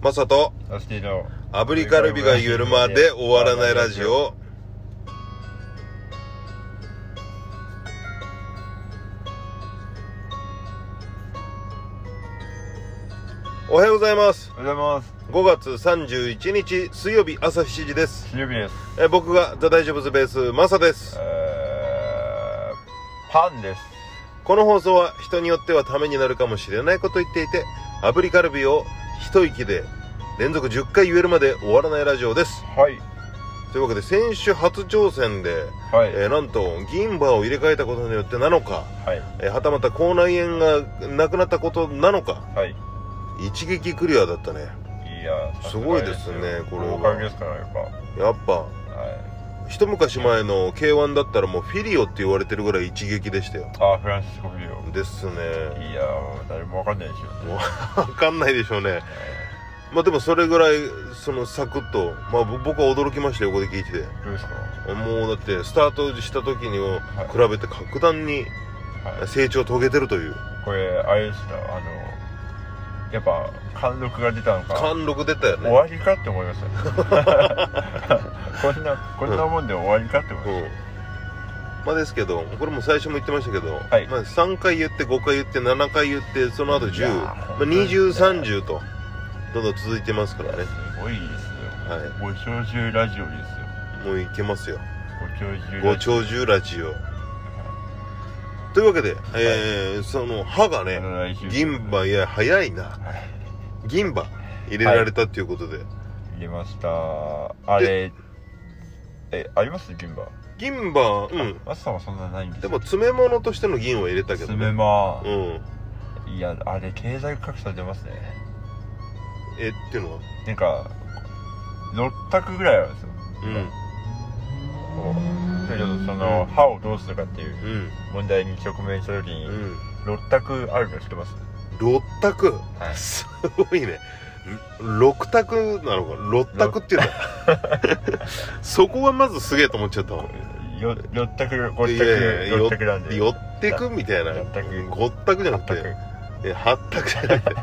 マサとアスティの炙りカルビがゆるまで終わらないラジオおはようございますおはようございます5月31日水曜日朝7時です水曜日ですえ僕がザ・大丈夫ズベースマサですえー、パンですこの放送は人によってはためになるかもしれないことを言っていて炙りカルビを一息で連続10回言えるまで終わらないラジオですはいというわけで先週初挑戦で、はい、えーなんと銀歯を入れ替えたことによってなのか、はいえーはたまた口内炎がなくなったことなのかはい一撃クリアだったねいやすごいですねこれはおかげですからやっぱやっぱはい一昔前の k 1だったらもうフィリオって言われてるぐらい一撃でしたよあーフランシスコビデオですね いやー誰もわかんないですよねもうわかんないでしょうねまあでもそれぐらいそのサクッとまあぼ僕は驚きましたよ横で聞いててどうですかもうだってスタートした時にを比べて格段にはい成長を遂げてるというこれあれでしたあのやっぱ貫禄が出たのか貫禄出たよね終わりかって思い ましたこんなこんなもんで終わりかって思いましうんまあですけどこれも最初も言ってましたけど、はいまあ、3回言って5回言って7回言ってその後い10、やーまあ、本当ですね2030とどんどん続いてますからた、ねすごいですよ、はいご長寿ラジオですもよういけますよご長寿ごラジ長寿オラジオというわけで、えーその歯がね来週銀歯いや早いなはい銀歯入れられたっていうことで、入れましたあれえあります銀歯銀歯うんマスさんはそんなないんですでも詰め物としての銀は入れたけど詰ねめまうー、んいやあれ経済格差出ますねえっていうのはなんか6択ぐらいあるんですよ、うんこうでちょっとその歯をどうするかっていううん問題に直面した時に、うん6択あるの知ってます六択はいすごいね六択なのか六択ってい うんだそこがまずすげえと思っちゃったわよ6択5択いやいやいや6択なんで寄ってくみたいな六択五択じゃな六くて択え八択じゃなくて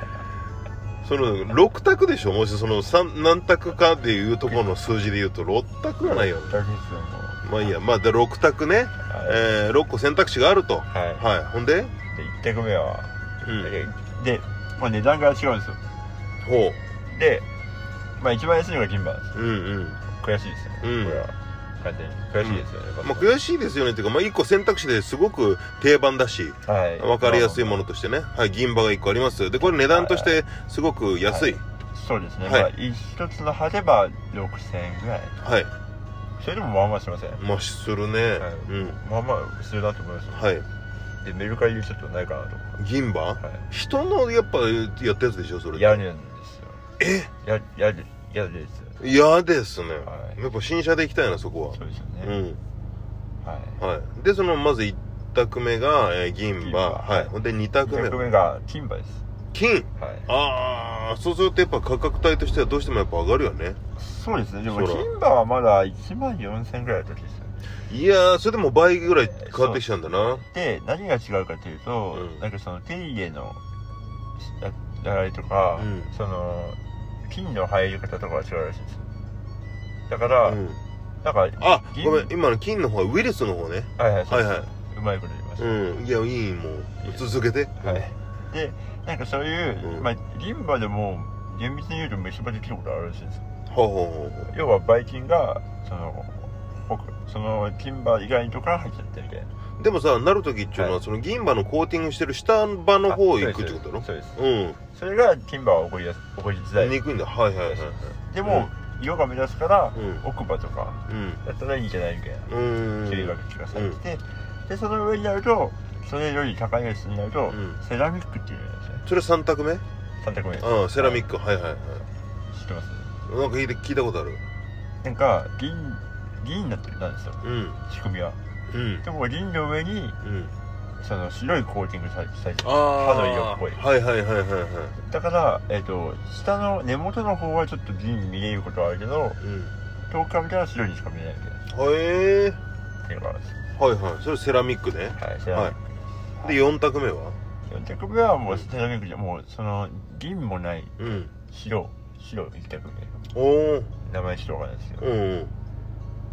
その六択でしょもしその三何択かでいうところの数字で言うと六択はないよ六ね択ですよもまあいいやまあで六択ね、うはい、えー、6個選択肢があるとははいほんでい、で1択目は、うんで、まあ、値段が違うんですよほで、まあ、一番安いのが銀歯なんですよううんうん悔しいですよね、うんこれは完全に悔しいですよね、まあ、悔しいですよねっていうか、まあ、1個選択肢ですごく定番だしはい、分かりやすいもののとしてね、はい、銀歯が1個ありますでこれ値段としてすごく安いそうですね、はいまあ一つの歯でば6000円ぐらいはい、それでもまあまあしませんまあするね、はいうんまあまあするなと思いますよ、はいでメルカリでちょっとないかなと思銀歯って、はい人のやっぱやったやつでしょそれやるんですよえややるやるですよ嫌ですね、はいやっぱ新車で行きたいなそこそうですよはね、うんはいはいでそのまず1択目が、えー銀銀歯歯はいほんで2択目100目が金歯です金はいああそうするとやっぱ価格帯としてはどうしてもやっぱ上がるよねそうですねでそもら金歯はまだ1万4000ぐらいの時ですよねいやーそれでも倍ぐらい変わってきちゃうんだなで何が違うかというと、うんなんかその手入れのやられとか、うんその金の入り方とかは違うらしいですよだから、うんなんかはあ銀ごめん今の金の方はウイルスの方ねいはいそはうでいす、はうまいこと言いましいた、うんいやいいもう続けてはいでなんかそういう、うんまあ銀歯でも厳密に言うと虫歯できることあるらしいですよほうほうほう要はばい菌がその僕その金歯以外のとこから入っちゃってるみたいなほうでもさなる時っていうのははその銀歯のコーティングしてる下歯の方へ行くってことだろそうですそうでうんすそれが金歯は起こりやす起こりづらいにくいんだはいはいはいはいでも、色が目立つから、うん奥歯とかうんだったらいいんじゃないみたいなうん注意が聞かされてて、でその上になるとそれより高いやつになると、うんセラミックっていうのがあるんですねそれ3択目三択目ですうんセラミックはいはいはい知ってますなんか聞いて聞いたことあるなんか銀銀になってるんですようん仕組みはうんでも銀の上にうんその白いコーティングされされてるああ歯の色っぽいはいはいはいはいはだから、えっと下の根元の方はちょっと銀に見えることはあるけどいうん遠くから見たら白にしか見えないみたいなへえっていうのがあるんですよはいはいそれセラミックねはいセラミッでク4択目は四択目はもうセラミックじゃもうその銀もないうん白ヒロ行きたくねおお名前ヒロがですよ、うんうん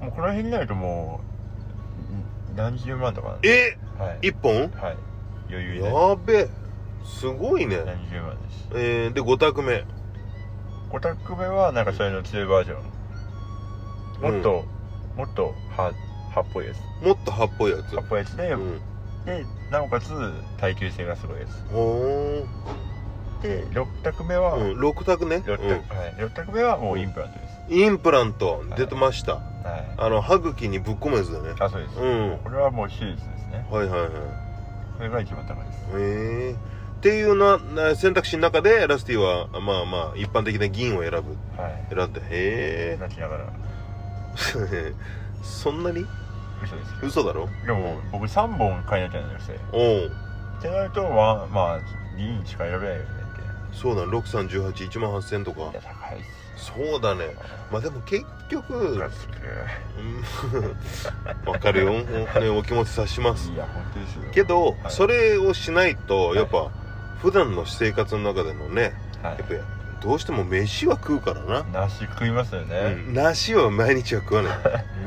もうこの辺になるともう何十万とかえはい一本はい余裕でやべえすごいね何十万ですえー、で5択目5択目はなんかそれの2バージョンもっと、もっと歯歯っぽいやつもっと葉っぽいやつ歯っぽいやつで、うんでなおかつ耐久性がすごいやつおーで6択目は、うん6択ね六択はい、6択目はもうインプラントです、うんインプラント出てましたはいあの歯茎にぶっ込むやつだねあそうでうす、んこれはもう手術ですねはいはいはいこれが一番高いですへえっていうなな選択肢の中でラスティはまあまあ一般的な銀を選ぶはい選んだへ泣きながらえ そんなに嘘ですけ嘘だろどでも僕3本買いなきゃなんですよおうってなるとまあまあ2しか選べないよねってそうだね6318万8000とかいや高いっすそうだねまあでも結局ガスくるうん わかるよ、ね、お気持ち察しますいや本当ですよけど、はいそれをしないとはいやっぱ、普段の私生活の中でのねはやっぱどうしても飯は食うからな、い梨食いますよね、うん梨は毎日は食 わない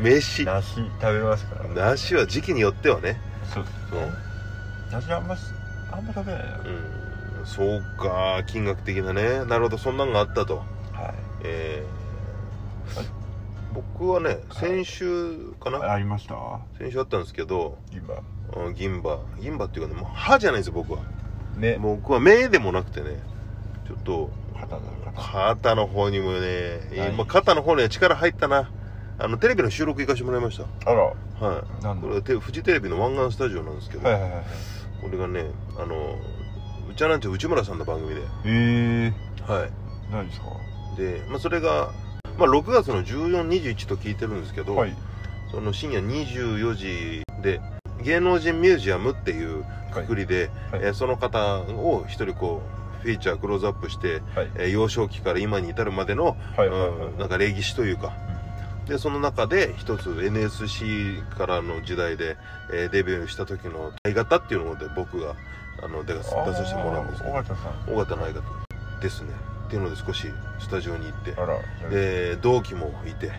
飯梨食べますから梨は時期によってはねそうですね梨あんましあんま食べないな、うん、うんそうか金額的なねなるほどそんなんがあったとはいえはいー、僕はね先週かな、ありました先週あったんですけど今うん銀歯銀歯っていうかねもう歯じゃないんですよ僕はね僕は目でもなくてねちょっと肩だ肩肩の方にもねはい今肩の方には力入ったなあのテレビの収録行かしてもらいましあらたはいなんこだれはてフジテレビの湾岸スタジオなんですけど、はいはいはいこれがねあのうちゃなんちゃ内村さんの番組でええはー、何ですかいで、まあ、それが、まあ、6月の1421と聞いてるんですけど、はいその深夜24時で芸能人ミュージアムっていうはいくりで、はいえーその方を一人こうフィーチャークローズアップして、はいえー幼少期から今に至るまでの、はいはいはいうんなんか礼儀師というかでその中で一つ NSC からの時代で、えーデビューした時の相方っていうので僕があの出が出させてもらうんですけあー尾形さんど尾形の相方ですねっていうので少しスタジオに行ってあらはいで同期もいてで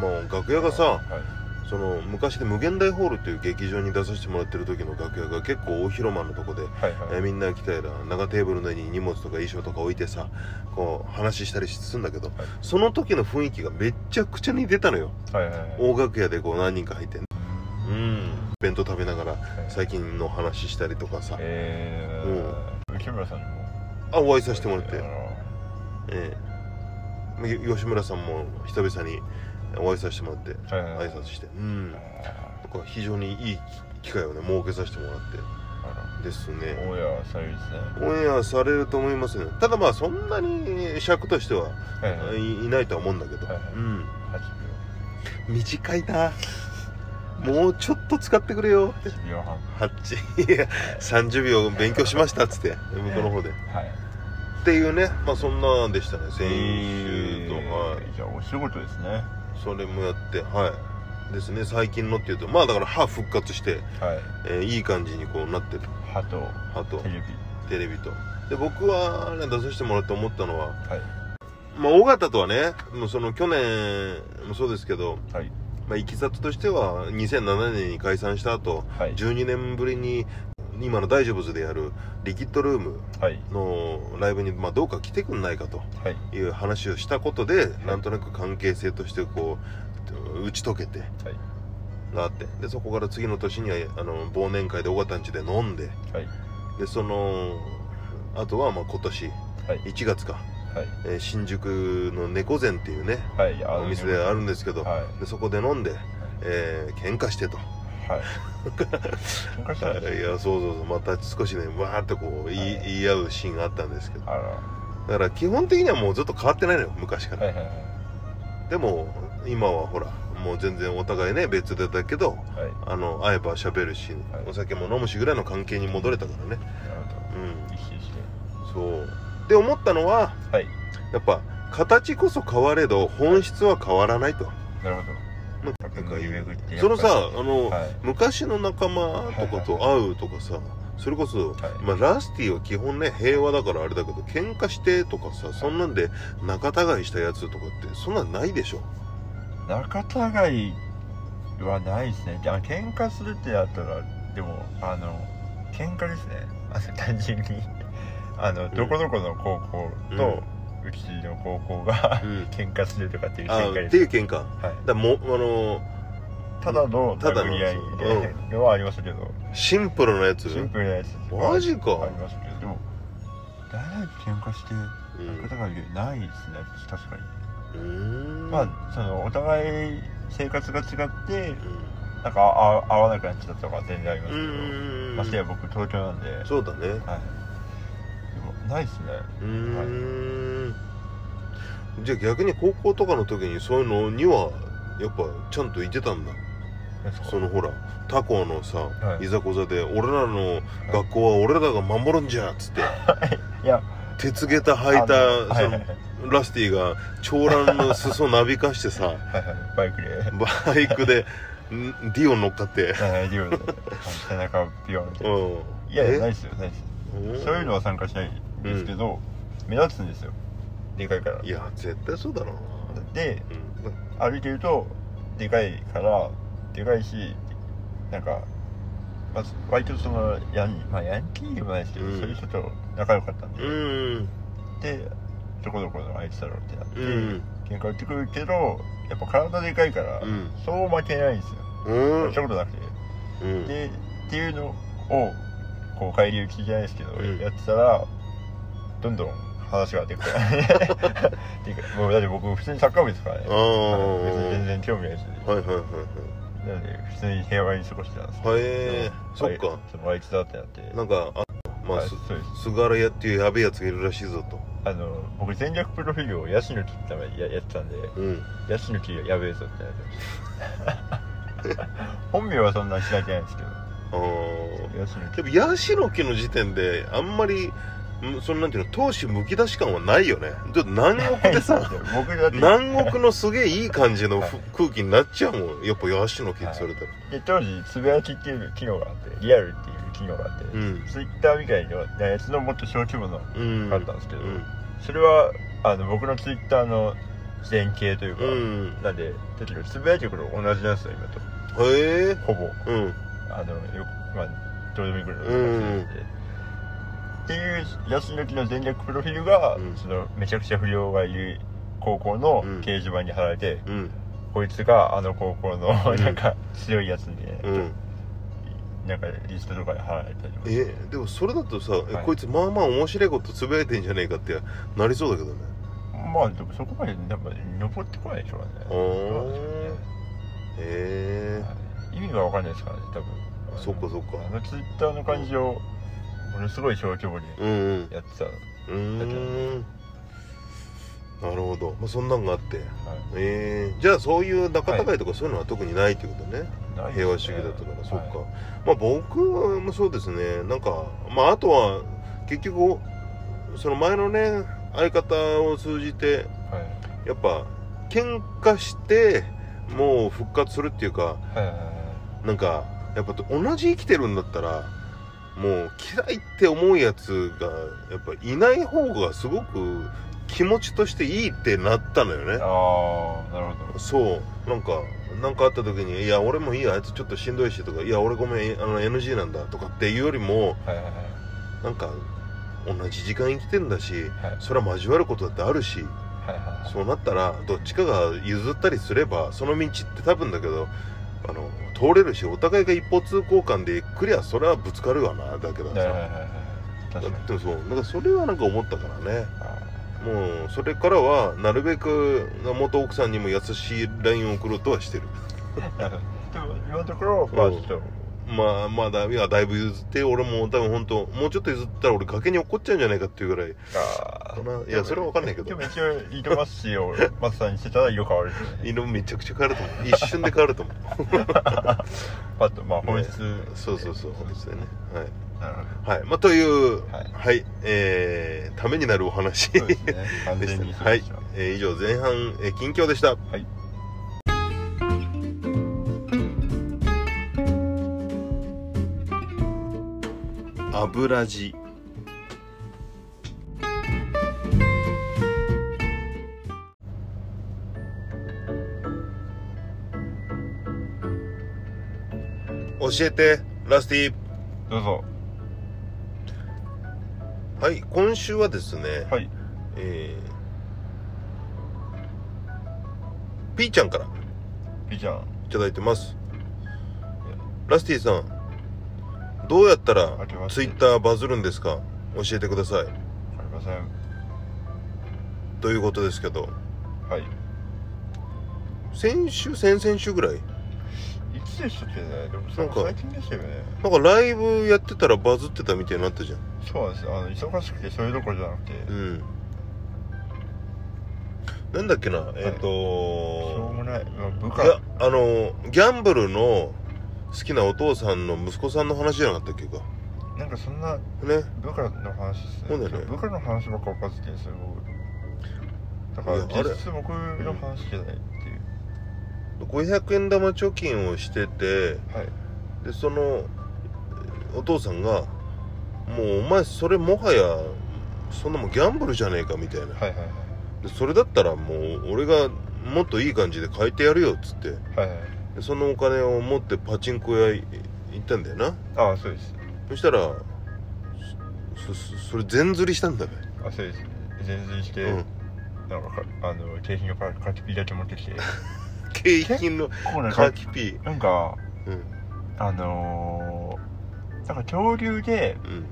もう楽屋がさはいその昔で無限大ホールっていう劇場に出させてもらってる時の楽屋が結構大広間のとこで、はいはいえーみんな来たら長テーブルの上に荷物とか衣装とか置いてさこう話したりするんだけど、その時の雰囲気がめっちゃくちゃ似てたのよはいはいはい大楽屋でこう何人か入ってうん弁当食べながら最近の話したりとかさえー、内村さんにもあお会いさせてもらってあ、のええよ吉村さんも久々にお会いさせてもらってはいはいはい挨拶してうんなんあか非常にいい機会をね設けさせてもらっらてですね大家さゆりですねオンエアされると思いますねただまあそんなに尺としてははいはいいいないとは思うんだけど、はいはいうん8短いなもうちょっと使ってくれよって秒8秒半8いや30秒勉強しましたっつって向こうの方ではいっていうねまあそんなんでしたね先週と、はいじゃあお仕事ですねはそれもやってはいですね最近のっていうとまあだから歯復活して、いえーいい感じにこうなってる歯と歯とテレビテレビとで僕は、ね、出させてもらって思ったのははいまあ尾形とはねもうその去年もそうですけど、はいまあ、いきさつとしては2007年に解散した後はい12年ぶりに今の大丈夫ズでやるリキッドルームはいのライブに、まあ、どうか来てくんないかとはいいう話をしたことで、なんとなく関係性としてこう打ち解けて、があってでそこから次の年にはあの忘年会で尾形ん家で飲んではいでそのあとはまあ今年はい1月か、はいえー新宿の猫膳っていうねはいあお店であるんですけど、はいでそこで飲んで、えー喧嘩してと。 はいい喧嘩したんですやそうそうそうまた少しねわーってこう言い,、はい言い合うシーンがあったんですけどあらだから基本的にはもうずっと変わってないのよ昔から、はいはいはいでも今はほらもう全然お互いね別でだけどはいあの会えば喋るし、はいお酒も飲むしぐらいの関係に戻れたからねなるほどうん一気にしてそうで思ったのははいやっぱ形こそ変われど本質は変わらないと、なるほどまなんか夢ぐってやっぱりそのさあの、はい昔の仲間とかと会うとかさ、それこそ、はいまあ、ラスティは基本ね平和だからあれだけど喧嘩してとかさそんなんで仲違いしたやつとかってそんなんないでしょ仲違いはないですねあ喧嘩するってやったらでもあの喧嘩ですねあの 単純にあの、んどこどこの高校と、うちの高校がうん 喧嘩するとかっていうあー喧嘩っでてすいう喧嘩だかはい、らもあのただのただの殴り合いそうで、 のはありましたけどシンプルなやつシンプルなやつマジかありましたけどでも誰々と喧嘩してうん仲違いないですね確かに、うーんまあそのお互い生活が違ってうなんかあ合わなくなっちゃったとか全然ありまんうすけど、ーんましてや僕東京なんで、はい、そうだねでもないですねうーんじゃあ逆に高校とかの時にそういうのにはやっぱちゃんといてたんだなんですかそのほら他校のさ、はいいざこざで俺らの学校は俺らが守るんじゃっつっていや鉄下駄あ履いのたはいそはいのラスティが長蘭の裾なびかして さはいはいバイクでバイクでんディオン乗っかってはいはい両手で背中をピヨンってうんいやいやないいですよないですそういうのは参加しないんですけど、目立つんですよでかいからいや絶対そうだろうでな歩いてるとでかいからでかいしなんか、まあ、割とそのヤン,、まあ、ヤンキーでもないですけど、うんそういう人と仲良かったんで、うんでどこどこのあいつだろうってなって、うん喧嘩売ってくるけどやっぱ体でかいから、うんそう負けないんですようんそしたことなくて、うんでっていうのをこう返り討ちじゃないですけど、うんやってたらどんどん話がで かくなるっていうかもうだって僕普通にサッカー部ですからねあああの別に全然興味ないし、はいはいはいはいなので普通に平和に過ごしてたんですはえでもそっかそのあいつだってなってなんかあまあはいすそうです菅原屋っていうやべえやつがいるらしいぞとあの僕戦略プロフィールをヤシの木って名前でややってたんでうんヤシの木がやべえぞってなってました 本名はそんなにしなきゃいけないんですけああどヤシの木でもヤシの木の時点であんまりんそのなんていうの闘志むき出し感はないよねちょっと南国で さ僕だって南国のすげえいい感じのふはい空気になっちゃうもんやっぱヤシの木ってそれたら、で当時つぶやきっていう機能があってリアルっていう機能があって、うんツイッターみたいなやつのもっと小規模のうんがあったんですけど、うんそれはあの僕のツイッターの前景というか、うんなんでだけどつぶやいてること同じなんですよ今とへえほぼうんあのよくまあどうでもいいくらいのうんでっていうヤシの木の全略プロフィールが、うんそのめちゃくちゃ不良がいる高校のうん掲示板に貼られて、うんこいつがあの高校の、うんなんか強いやつに、ねうんなんかリストとかに貼られたりとかえでもそれだとさ、えはいこいつまあまあ面白いことつぶやいてんじゃねえかってなりそうだけどねまあでもそこまでやっぱ登ってこないでしょうねあーへえはい意味が分かんないですからね多分そっかそっかあのツイッターの感じをものすごい小規模にうんうんやってた、はうーんなるほど、まあ、そんなんがあっていえー、じゃあそういう仲違いとかそういうのは特にないってことね、ないですね平和主義だったから、そっかはまあ僕もそうですねなんかまああとは結局その前のね相方を通じていやっぱ喧嘩してもう復活するっていうかはいはいはいなんかやっぱ同じ生きてるんだったらもう嫌いって思うやつがやっぱいない方がすごく気持ちとしていいってなったのよねああなるほどそうなんかなんかあった時に「いや俺もいいよあいつちょっとしんどいし」とか「いや俺ごめんあの NG なんだ」とかっていうよりもはいはいはいなんか同じ時間生きてんだしはいそれは交わることだってあるしはいはいそうなったらどっちかが譲ったりすればその道って多分だけどあの通れるしお互いが一方通行間でクリアそれはぶつかるわなだけどはいはいはいさだはい確かにってそうなんかそれはなんか思ったからねあもうそれからはなるべく元奥さんにも優しい LINE を送ろうとはしてるーなるほどでも今のところまあちょっとまあまあだいやだいぶ譲って俺も多分本当もうちょっと譲ったら俺崖に落っこっちゃうんじゃないかっていうぐらいあそんないやそれは分かんないけどでも一応リトマス紙を松さんにしてたら色変わるんですよね色めちゃくちゃ変わると思う一瞬で変わると思うパッとまあ本質、そうそうそう本質でねはいなるほどはい、まあ、という、ははいい、えーためになるお話そうですね 完でし全たにね。そうはでいした、えー以上前半、えー近況でした。はい。あ油地教えてラスティどうぞはい今週はですね、はいえー、ピーちゃんからいいじゃんいただいてますラスティさんどうやったらありますツイッターバズるんですか教えてくださいありませんということですけどはい先週先々週ぐらいいつでしたっけねでもそなんれか最近でしたよねなんかライブやってたらバズってたみたいになったじゃんそうなんですよあの忙しくてそういうところじゃなくて、うんなんだっけなえっ、しょと、うもない、まあ、部い、や下あのギャンブルの好きなお父さんの息子さんの話じゃなかったっけかなんかそんなね部下の話ですそうだよね部下の話ばっか分かっててすごいだいかやあられ実質僕の話じゃないっていう、 500円玉貯金をしててはいでそのお父さんが「もうお前それもはやそんなもんギャンブルじゃねえか」みたいなはいはいでそれだったらもう俺がもっといい感じで変えてやるよっつってはいはいはいでそのお金を持ってパチンコ屋い行ったんだよなああそうですそしたらそそそれ全釣りしたんだべ、あそうです全然して、うんなんかかあの景品がパカキピだけ持ってき て景品のこうなんカかキピーなんかうんあのー、なんか恐竜でうん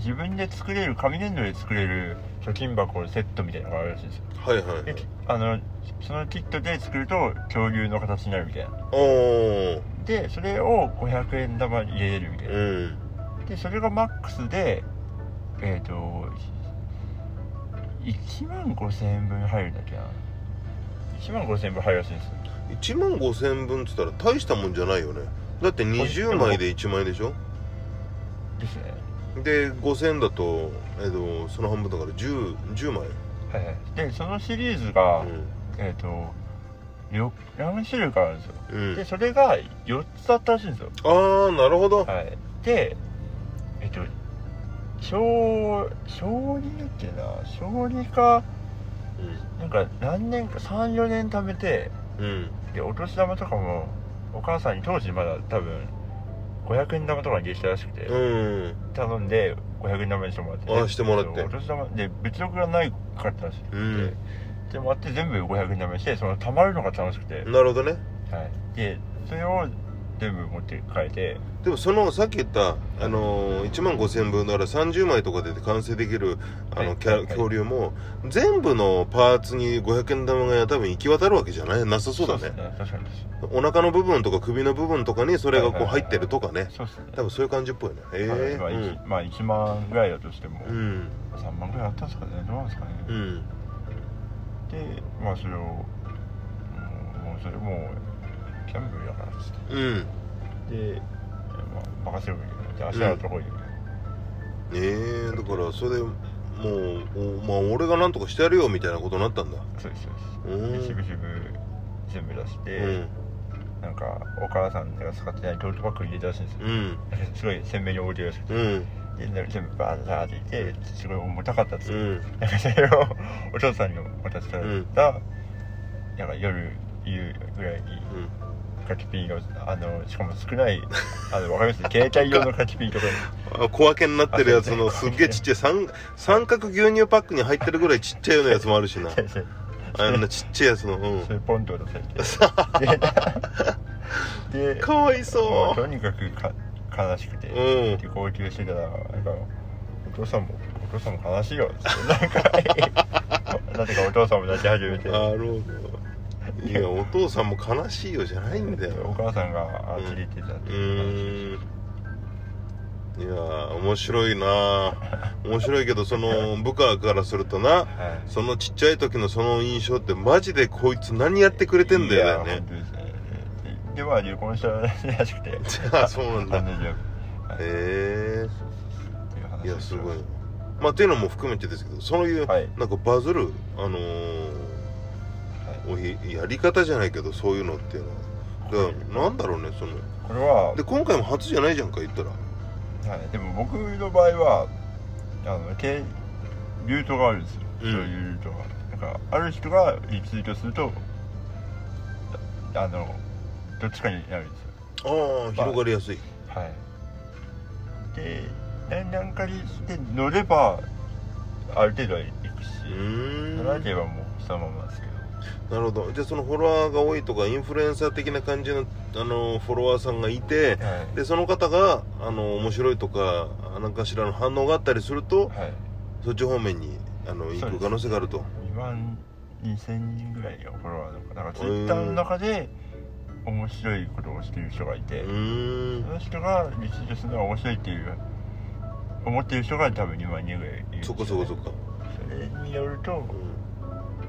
自分で作れる紙粘土で作れる貯金箱のセットみたいなのがあるらしいんですよはいはいはでいあのそのキットで作ると恐竜の形になるみたいなおーでそれを500円玉に入れれるみたいな、うんでそれがマックスでえっ、と1万5000円分入るんだっけな1万5000円分入るらしいんですよ1万5000円分っつったら大したもんじゃないよねだって20枚で1万円でしょですねで5000円だと、えっと、その半分だから 10, 10枚、はいはいでそのシリーズが、えっ、とよ何種類かあるんですようんうんでそれが4つあったらしいんですよああなるほど、はいでえっと小小2だっけな小2かなんか何年か34年貯めてうんうんでお年玉とかもお母さんに当時まだ多分500円玉とかにできたらしくて、うん頼んで500円玉にしてもらって、あしてもらってお年玉で物欲がないかったらしくて、うんでもらって全部500円玉にしてその貯まるのが楽しくて、なるほどねはい、でそれを全部持って帰ってでもそのさっき言った、あのー、1万5000分だから30枚とかで完成できるあはのいキャはい恐竜も全部のパーツに500円玉が多分行き渡るわけじゃないなさそうだねですね確かにお腹の部分とか首の部分とかにそれがこうはいはいは入いってるとかねそうですね多分そういう感じっぽいねええはいまあ、1まあ1万ぐらいだとしても、うんうん3万ぐらいあったんですかねどうなんですかね、うんでまあそれをもうもうそれもうキャンブルだからっつってうんで、まあ、任せるみたいなで明日のとこに、ええだからそれでもうおまあ俺がなんとかしてやるよみたいなことになったんだそうですそううですでんしぶしぶ全部出して、うんなんかお母さんが使ってないトートバッグに入れたらしいんですよ、うんすごい鮮明に覚えてるらしくてうんでなんか全部バーッてバーッて入れてすごい重たかったっつって、うんなんかそれをお父さんに渡したら、うんなんか夜夕ぐらいにうんカキピーがあのしかも少ないあのわかりま す携帯用のカキピーとかあ小分けになってるやつのすっげえちっちゃい三三角牛乳パックに入ってるぐらいちっちゃいようなやつもあるしなにそれあんなちっちゃいやつのうそんれポンと渡されて ででかわいもそうとにかくか悲しくて、うんで号泣してたらなんかお父さんもお父さんも悲しいよっつってなんかなぜかお父さんも泣き始めてうなるほどいやお父さんも悲しいよじゃないんだおよ母さんがあ連れてたっうていう話ーんですいやー面白いな面白いけどその部下からするとなはいそのちっちゃい時のその印象ってマジでこいつ何やってくれてんだよだよいやね本当ですねででまあ離婚したらしくて あそうなんだ誕生日ははいへえっていう話いやすごいはまあっていうのも含めてですけどそういう、はいなんかバズるあのーおひやり方じゃないけどそういうのっていうのはだからなんだろうねそのこれはで今回も初じゃないじゃんか言ったらはい、でも僕の場合はあのけルートがあるんですよ、うんそういうルートがだからある人がリツイートするとああのどっちかになるんですよああ広がりやすいはいで何何かにして乗ればある程度は行くし、うーん乗らなければもうそのままですけどなるほどじゃあそのフォロワーが多いとかインフルエンサー的な感じのあのフォロワーさんがいてはいでその方があの面白いとか何かしらの反応があったりするとはいそっち方面にあのそう行でくす可能性があると2万2000人ぐらいがフォロワーの方だからツイッターの中で面白いことをしてる人がいて、うーそんの人がリツイートするのが面白いっていう思ってる人が多分2万人ぐらいいるんですそよっねかそっかそっかそれによると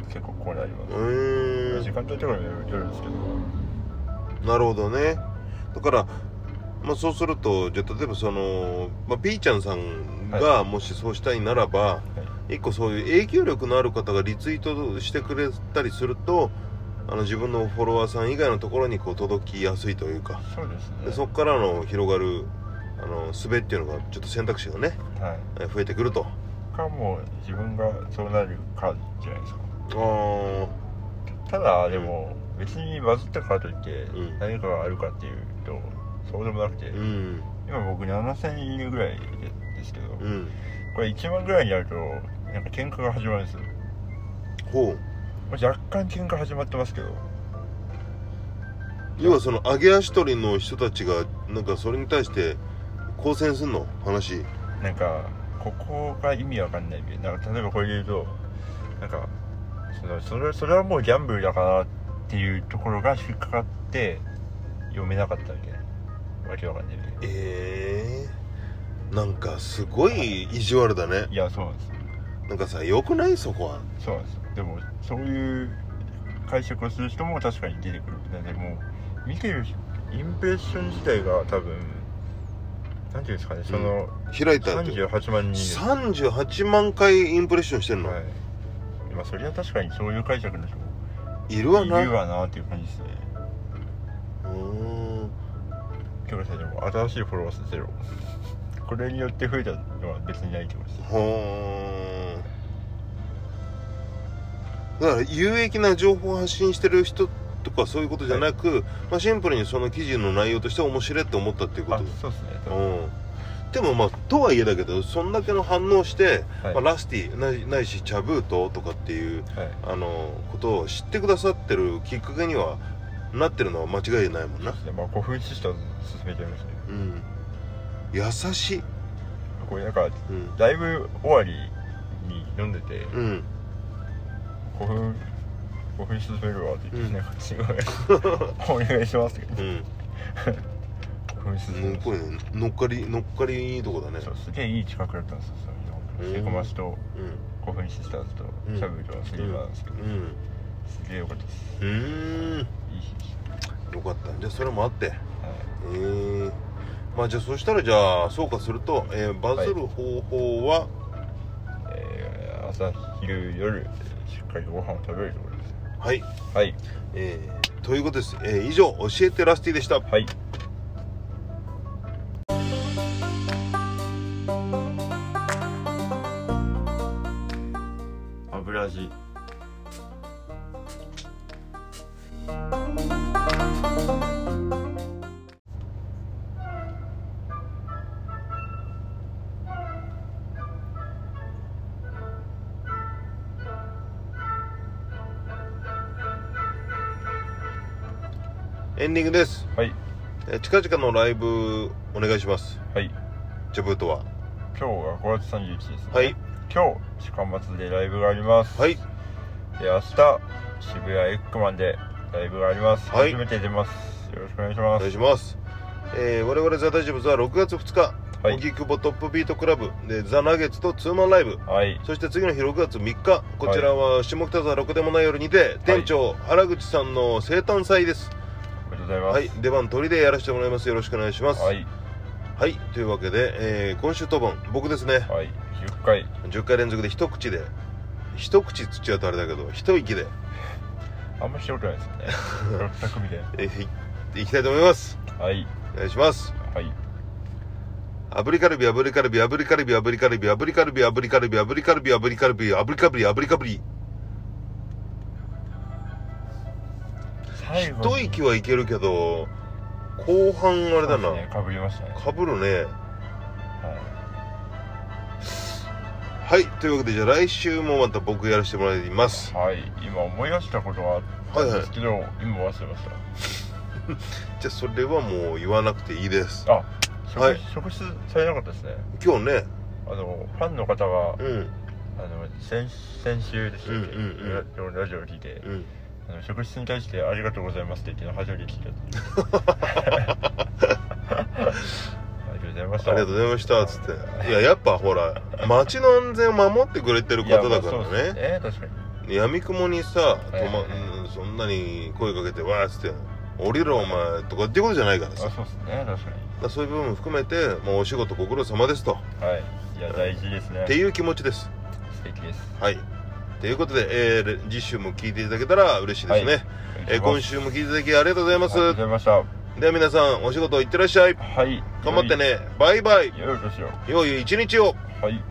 結構こうなります、うんう時ー間帯とかによるんですけどんなるほどねだからまあそうするとじゃあ例えばその、まあ、ピーちゃんさんがもしそうしたいならば、一個そういう影響力のある方がリツイートしてくれたりするとあの自分のフォロワーさん以外のところにこう届きやすいというかそうですねでそこからの広がるあの術っていうのがちょっと選択肢がねはえー増えてくるといかもう自分がそうなるからじゃないですかあただでも別にバズったからといってうん何かがあるかっていうとそうでもなくて、うん今僕7000人ぐらいですけど、うんこれ1万ぐらいになるとなんか喧嘩が始まるんですよもほうう若干喧嘩始まってますけど要はその上げ足取りの人たちがなんかそれに対して抗戦すんの話なんかここが意味わかんないみたいななんか例えばこれで言うとなんかそのそれそれはもうギャンブルだからっていうところが引っかかって読めなかったみたいなわけわかんないみたいなええなんかすごい意地悪だねいやそうなんですよなんかさよくないそこはそうなんですよでもそういう解釈をする人も確かに出てくるのでもう見てる人インプレッション自体が多分なんていうんですかねその開いたって38万人です、は38万回インプレッションしてんの、い、まあそれは確かにそういう解釈の人もい、るわいなるわなっていう感じですねうーん京子さんでも新しいフォロワー数ゼロ これによって増えたのは別にないってことですほーんだから有益な情報を発信してる人とかそういうことじゃなく、まあ、シンプルにその記事の内容として面白いって思ったっていうこあとそうですねうんでもまあとはいえだけどそんだけの反応して、はいまあ、ラスティないないしチャブートとかっていうはいあのことを知ってくださってるきっかけにはなってるのは間違いないもんそうなですねまあ5分システム進めちゃいましたねうん優しいこれなんかうんライブ終わりに飲んでてうん5分5分進めるわって言っうて、んなんかすごいお願いしますって言っうてん5分進すめましごいね乗っかり乗っかりいいとこだねたそうすげえいい近くだったんですよそううんいうのセコマスとう5分シスターズとうんシャブルとスリーバーなんですけど、んすげえ良かったですうんうーんいい日でしよかったじゃあそれもあってたはいえー、まあじゃあそしたらじゃあ総括すると、えーバズる方法は、えー朝昼夜しっかりご飯を食べるところですはいはいえーということです、えー以上教えてラスティでしたはい油味エンディングです、はいえー近々のライブお願いしますはいジャブートは今日が5月31日ですねはい今日近松でライブがありますはいで明日渋谷エッグマンでライブがあります、はい初めて出ますよろしくお願いしおます願いします、えー我々ザ・大丈夫ズは6月2日はい荻窪、トップビートクラブでザ・ナゲッツとツーマンライブはいそして次の日6月3日こちらは下北沢6でもない夜にて店長、原口さんの生誕祭ですおめでとうございますはい出番取りでやらせてもらいますよろしくお願いしますははい、いというわけで、えー今週当番僕ですねはい10回10回連続で一口で一口っつっちゃうとあれだけど一息で、あんましてことないです よね6択みたいえーいいきたいと思いますなはいお願いしますはいあ炙りカルビ炙りカルビ炙りカルビ炙りカルビ炙りカルビ炙りカルビ炙りカルビ炙りカルビ炙りカルビ炙りカルビ最一息はいけるけど後半あれだなかぶりましたねかぶるねははいというわけでじゃあ来週もまた僕やらせてもらいますい、はい、今思い出したことがあったんですけど、今忘れましじゃあそれはもう言わなくていいですたあ職,、はい職質されなかったですね今日ねあのファンの方がうんあの先先週でしたっけ、うんララジオを聞いて、うんあの職質に対して「ありがとうございます」って言って初めて聞いたっていう ありがとうございましあたりがとうございましたつっていややっぱほら町の安全を守ってくれてる方だかいやまあそうでらすねね確かにやみくもにさ、とはいはいまうんそんなに声かけてわーっつって降りろお前とかっていうことじゃないからあさだかそうですね確からそういう部分も含めてもうお仕事ご苦労様ですと、にはいいや大事ですねっていう気持ちです素敵ですはいということで、えー次週も聞いていただけたら嬉しいですね、はいえー今週も聞いていただきありがとうございまあすりがとうございましたでは皆さんお仕事行ってらっしゃいはい頑張ってねバイバイよいよいしょ良い一日をはい